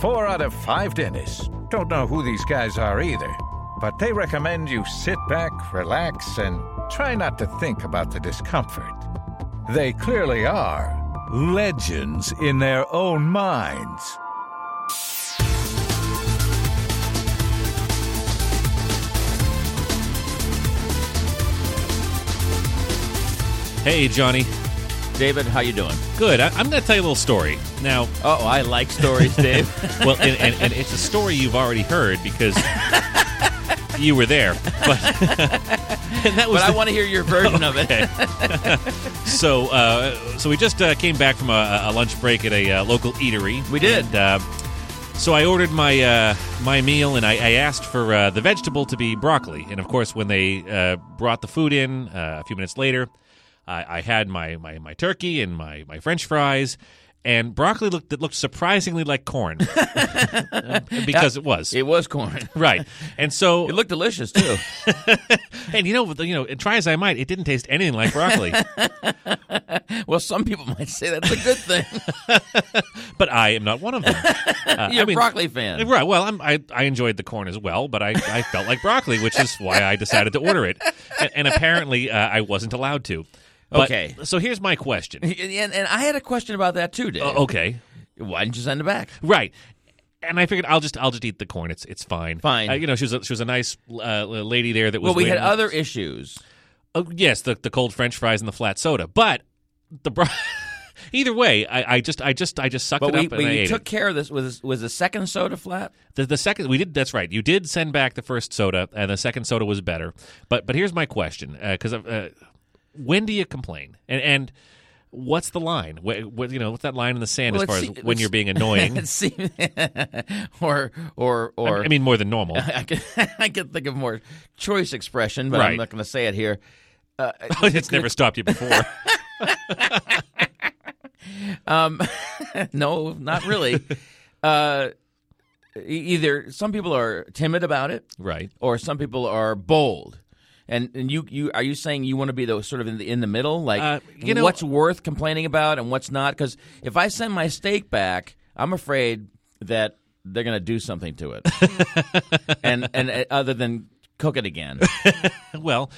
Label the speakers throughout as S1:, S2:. S1: four out of five dentists. Don't know who these guys are either, but they recommend you sit back, relax, and try not to think about the discomfort. They clearly are legends in their own minds.
S2: Hey, Johnny.
S3: David, how you doing?
S2: Good. I, I'm going to tell you a little story. Now,
S3: Oh, I like stories, Dave.
S2: well, and, and, and it's a story you've already heard because you were there. But and that was
S3: but I
S2: the-
S3: want to hear your version of it.
S2: Okay. so, uh, so we just uh, came back from a, a lunch break at a uh, local eatery.
S3: We did.
S2: And, uh, so I ordered my uh, my meal, and I, I asked for uh, the vegetable to be broccoli. And of course, when they uh, brought the food in uh, a few minutes later, I, I had my, my, my turkey and my, my French fries, and broccoli looked that looked surprisingly like corn because it was
S3: It was corn.
S2: right. And so
S3: It looked delicious too.
S2: and you know you know try as I might, it didn't taste anything like broccoli.
S3: well, some people might say that's a good thing.
S2: but I am not one of them. Uh, I
S3: You're
S2: mean-
S3: a broccoli fan.
S2: Right. Well, I'm, I I enjoyed the corn as well, but I, I felt like broccoli, which is why I decided to order it. And, and apparently, uh, I wasn't allowed to. But-
S3: Okay.
S2: So here's my question.
S3: And, and I had a question about that too, Dave.
S2: Uh, okay.
S3: Why didn't you send it back?
S2: Right. And I figured I'll just I'll just eat the corn. It's it's fine.
S3: Fine.
S2: Uh, you know, she was a, she was a nice uh, lady there that was.
S3: Well, we had
S2: waiting-
S3: other issues.
S2: Oh, yes, the the cold French fries and the flat soda, but the. Bro- Either way, I, I just I just I just sucked
S3: But
S2: it
S3: we,
S2: up and I
S3: we
S2: ate it.
S3: took care of this. Was was the second soda flat?
S2: The, the second we did that's right. You did send back the first soda, and the second soda was better. But but here's my question, because uh, when do you complain? And and what's the line? What, what you know? What's that line in the sand
S3: Well,
S2: as far
S3: it's-
S2: as when you're being
S3: It
S2: annoying?
S3: seemed, or or or
S2: I mean, more than normal.
S3: I can, I can think of more choice expression, but
S2: Right.
S3: I'm not going to say it here. Uh,
S2: it's never stopped you before.
S3: um, no, not really. uh, e- either some people are timid about it,
S2: right.
S3: or some people are bold. And and you you are you saying you want to be the sort of in the in the middle, like
S2: Uh, you know-
S3: what's worth complaining about and what's not? Because if I send my steak back, I'm afraid that they're going to do something to it, and and uh, other than cook it again.
S2: Well.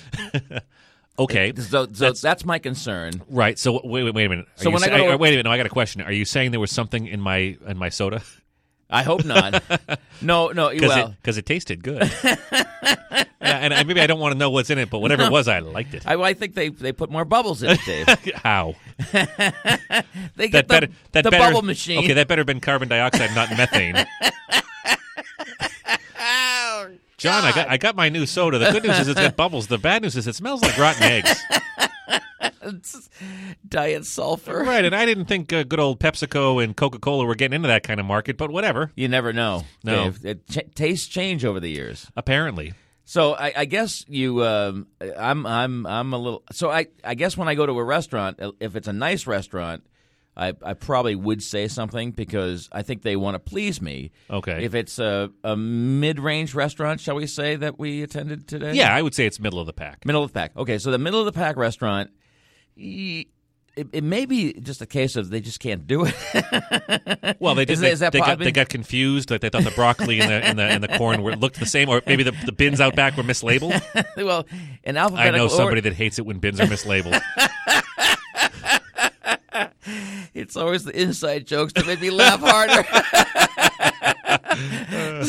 S2: okay.
S3: So, so that's, my concern.
S2: Right. So wait wait wait a minute. Are
S3: So
S2: you
S3: when I
S2: sa-
S3: go to-
S2: uh, wait a minute. No, I got a question. Are you saying there was something in my in my soda?
S3: I hope not. no, no.
S2: Because
S3: Well,
S2: it, tasted good. Yeah, and I, maybe I don't want to know what's in it, but whatever it was, I liked it.
S3: I, well, I think they they put more bubbles in it, Dave.
S2: How? that
S3: They get the,
S2: better that
S3: the
S2: better,
S3: bubble machine.
S2: Okay, that better been carbon dioxide, not methane.
S3: Oh,
S2: John, I got I got my new soda. The good news is it's got bubbles. The bad news is it smells like rotten eggs.
S3: Diet sulfur.
S2: Right, and I didn't think uh, good old PepsiCo and Coca Cola were getting into that kind of market, but whatever.
S3: You never know.
S2: No.
S3: Dave. It ch- tastes change over the years.
S2: Apparently,
S3: So I, I guess you, um, I'm, I'm, I'm a little. So I, I guess when I go to a restaurant, uh, if it's a nice restaurant, I, I probably would say something because I think they want to please me.
S2: Okay.
S3: If it's a, a mid-range restaurant, shall we say that we attended today?
S2: yeah, I would say it's middle of the pack.
S3: Middle of the pack. Okay, so the middle of the pack restaurant, y- it, it may be just a case of they just can't do it.
S2: Well, they
S3: Is
S2: did.
S3: that-
S2: They,
S3: is that
S2: they got
S3: probably-
S2: they got confused. Like they thought the broccoli and the and the, and the corn were looked the same, or maybe the, the bins out back were mislabeled.
S3: well, an
S2: I
S3: alphabetical
S2: know somebody
S3: order,
S2: that hates it when bins are mislabeled.
S3: it's always the inside jokes that make me laugh harder.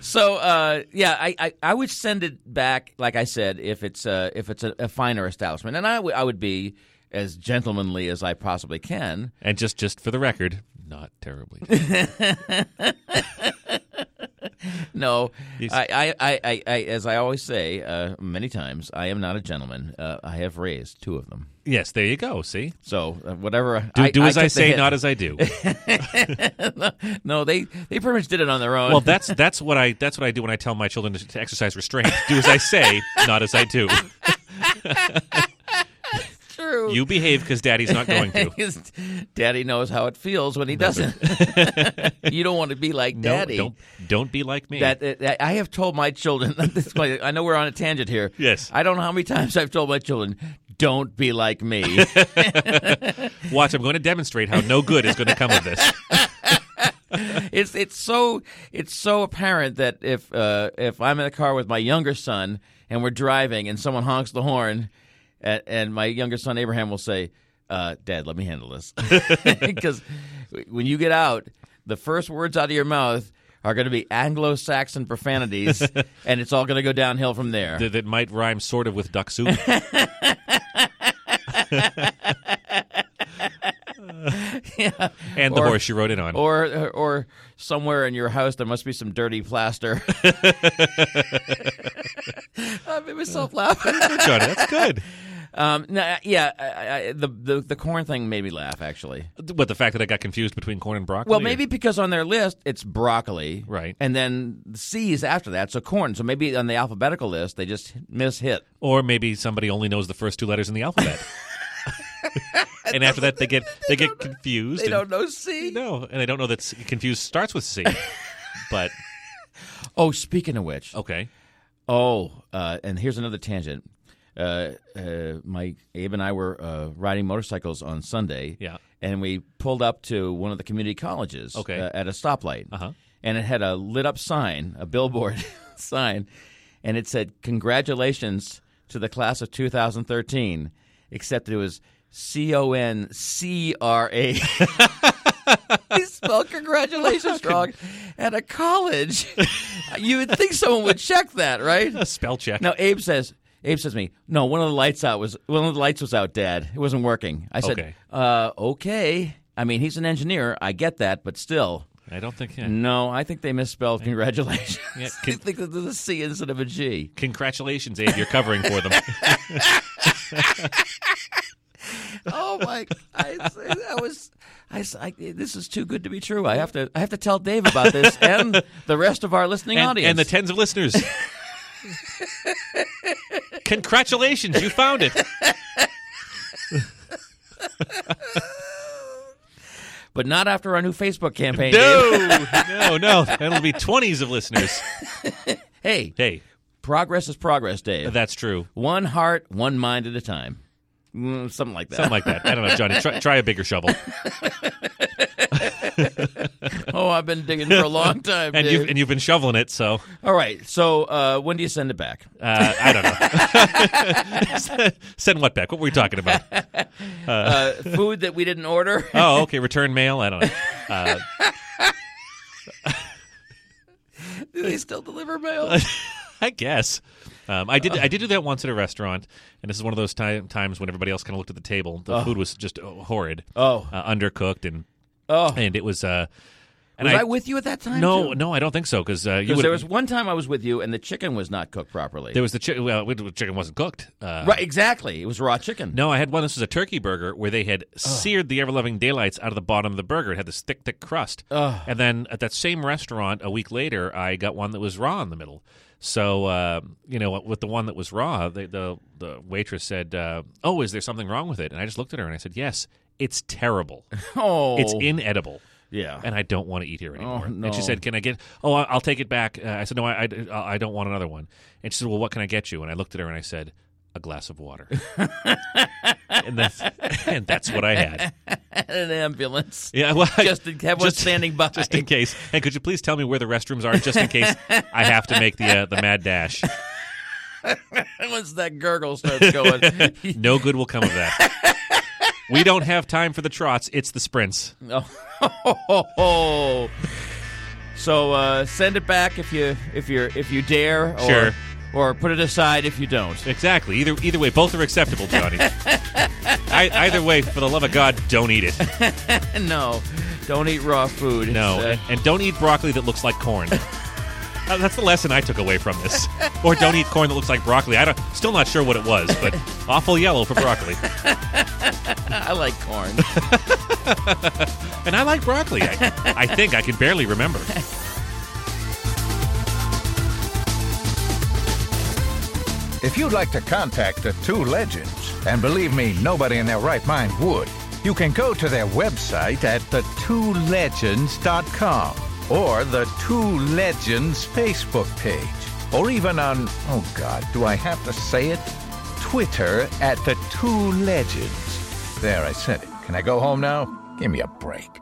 S3: so uh, yeah, I, I, I would send it back, like I said, if it's uh, if it's a, a finer establishment, and I would- I would be as gentlemanly as I possibly can.
S2: And just just for the record, not terribly.
S3: No,
S2: Yes.
S3: I, I, I, I, I, as I always say uh, many times, I am not a gentleman. Uh, I have raised two of them.
S2: yes, there you go. See,
S3: So uh, whatever,
S2: do, do as I,
S3: took the
S2: say,
S3: hit.
S2: not as I do.
S3: no, they they pretty much did it on their own.
S2: well, that's that's what I that's what I do when I tell my children to, to exercise restraint. Do as I say, not as I do.
S3: true.
S2: You behave because Daddy's not going to.
S3: His daddy knows how it feels when he doesn't. you don't want to be like
S2: No,
S3: daddy.
S2: don't don't be like me.
S3: That, that- that- I have told my children. this is why- I know we're on a tangent here.
S2: Yes.
S3: I don't know how many times I've told my children, "Don't be like me."
S2: Watch, I'm going to demonstrate how no good is going to come of this.
S3: it's it's so it's so apparent that if uh, if I'm in a car with my younger son and we're driving and someone honks the horn, and, and my younger son Abraham will say, uh, "Dad, let me handle this," because when you get out, the first words out of your mouth are going to be Anglo-Saxon profanities, and it's all going to go downhill from there.
S2: that, that might rhyme sort of with duck soup. and the
S3: Or-
S2: horse she rode in on.
S3: or or somewhere in your house there must be some dirty plaster. I made myself laugh.
S2: Johnny, that's good.
S3: Um, no, yeah, I, I, the, the the corn thing made me laugh actually.
S2: But the fact that I got confused between corn and broccoli.
S3: Well,
S2: or-
S3: maybe because on their list it's broccoli,
S2: Right.
S3: And then C is after that, so corn. So maybe on the alphabetical list they just mishit.
S2: or maybe somebody only knows the first two letters in the alphabet. and after that, they get they get confused.
S3: They
S2: and-
S3: don't know C.
S2: No, and I don't know that s- confused starts with C. but
S3: Oh, speaking of which,
S2: okay,
S3: Oh, uh, and here's another tangent. Uh, uh, my Abe and I were uh, riding motorcycles on Sunday.
S2: Yeah.
S3: And we pulled up to one of the community colleges.
S2: Okay.
S3: uh, at a stoplight.
S2: Uh-huh.
S3: And it had a lit up sign, a billboard sign, and it said, "Congratulations to the class of 2013." Except it was C O N C R A. He spelled congratulations wrong at a college. you would think someone would check that, right?
S2: a spell check.
S3: Now Abe says Abe says to me, "No, one of the lights out was one of the lights was out, Dad. It wasn't working." I said,
S2: Okay.
S3: "Uh, okay. I mean, he's an engineer. I get that, but still."
S2: I don't think. yeah.
S3: No, I think they misspelled congratulations.
S2: Yeah,
S3: I
S2: con-
S3: think that there's a C instead of a G.
S2: Congratulations, Abe. You're covering for them.
S3: Oh my! I, I was, I, s- I- this is too good to be true. I have to, I have to tell Dave about this and the rest of our listening
S2: and,
S3: audience.
S2: and the tens of listeners. Congratulations, you found it.
S3: but not after our new Facebook campaign. Dave.
S2: No, no, no. That'll be twenties of listeners.
S3: Hey,
S2: Hey,
S3: progress is progress, Dave.
S2: that's true.
S3: One heart, one mind at a time. Mm, something like that.
S2: Something like that. I don't know, Johnny. Try, try a bigger shovel.
S3: oh, I've been digging for a long time.
S2: And
S3: dude.
S2: you've and you've been shoveling it, so
S3: All right. So uh, when do you send it back?
S2: uh, I don't know. Send what back? What were we talking about?
S3: Uh, food that we didn't order.
S2: Oh, okay. Return mail. I don't know. Uh,
S3: do they still deliver mail?
S2: I guess. Um, I did. I did do that once at a restaurant, and this is one of those ti- times when everybody else kind of looked at the table. The food was just uh, horrid.
S3: Oh.
S2: uh, undercooked and
S3: Oh.
S2: and it was. Uh, and
S3: Was I, with you at that time?
S2: no,
S3: too?
S2: no, I don't think so because uh, you
S3: 'Cause
S2: would.
S3: there was one time I was with you, and the chicken was not cooked properly.
S2: there was the chi- well, the chicken wasn't cooked. Uh,
S3: right. Exactly. It was raw chicken.
S2: No, I had one. This was a turkey burger where they had seared the ever-loving daylights out of the bottom of the burger. It had this thick, thick crust. And then at that same restaurant a week later, I got one that was raw in the middle. So uh, you know, with the one that was raw, the the, the waitress said, uh, "Oh, is there something wrong with it?" And I just looked at her and I said, "Yes, it's terrible.
S3: Oh.
S2: It's inedible."
S3: Yeah.
S2: and I don't want to eat here anymore.
S3: no.
S2: And she said, "Can I get? Oh, I- I'll take it back." Uh, I said, "No, I, I, I don't want another one." And she said, "Well, what can I get you?" And I looked at her and I said, "A glass of water." and that's and that's what I had.
S3: an ambulance.
S2: Yeah, well, I-
S3: Just to have one
S2: just-
S3: standing by.
S2: just in case. And could you please tell me where the restrooms are, just in case I have to make the uh, the mad dash?
S3: Once that gurgle starts going,
S2: No good will come of that. We don't have time for the trots. It's the sprints.
S3: Oh. So uh, send it back if you if you if you dare, or,
S2: Sure.
S3: or put it aside if you don't.
S2: Exactly. Either either way, both are acceptable, Johnny. I, either way, for the love of God, don't eat it.
S3: no, don't eat raw food.
S2: No,
S3: It's,
S2: and, and don't eat broccoli that looks like corn. Uh, That's the lesson I took away from this. Or don't eat corn that looks like broccoli. I don't, still not sure what it was, but awful yellow for broccoli.
S3: uh, I like corn.
S2: And I like broccoli. I, I think I can barely remember.
S1: If you'd like to contact the two legends, and believe me, nobody in their right mind would, you can go to their website at thetwolegends.com or the Two Legends Facebook page, or even on, oh God, do I have to say it? Twitter at the Two Legends. There, I said it. Can I go home now? Give me a break.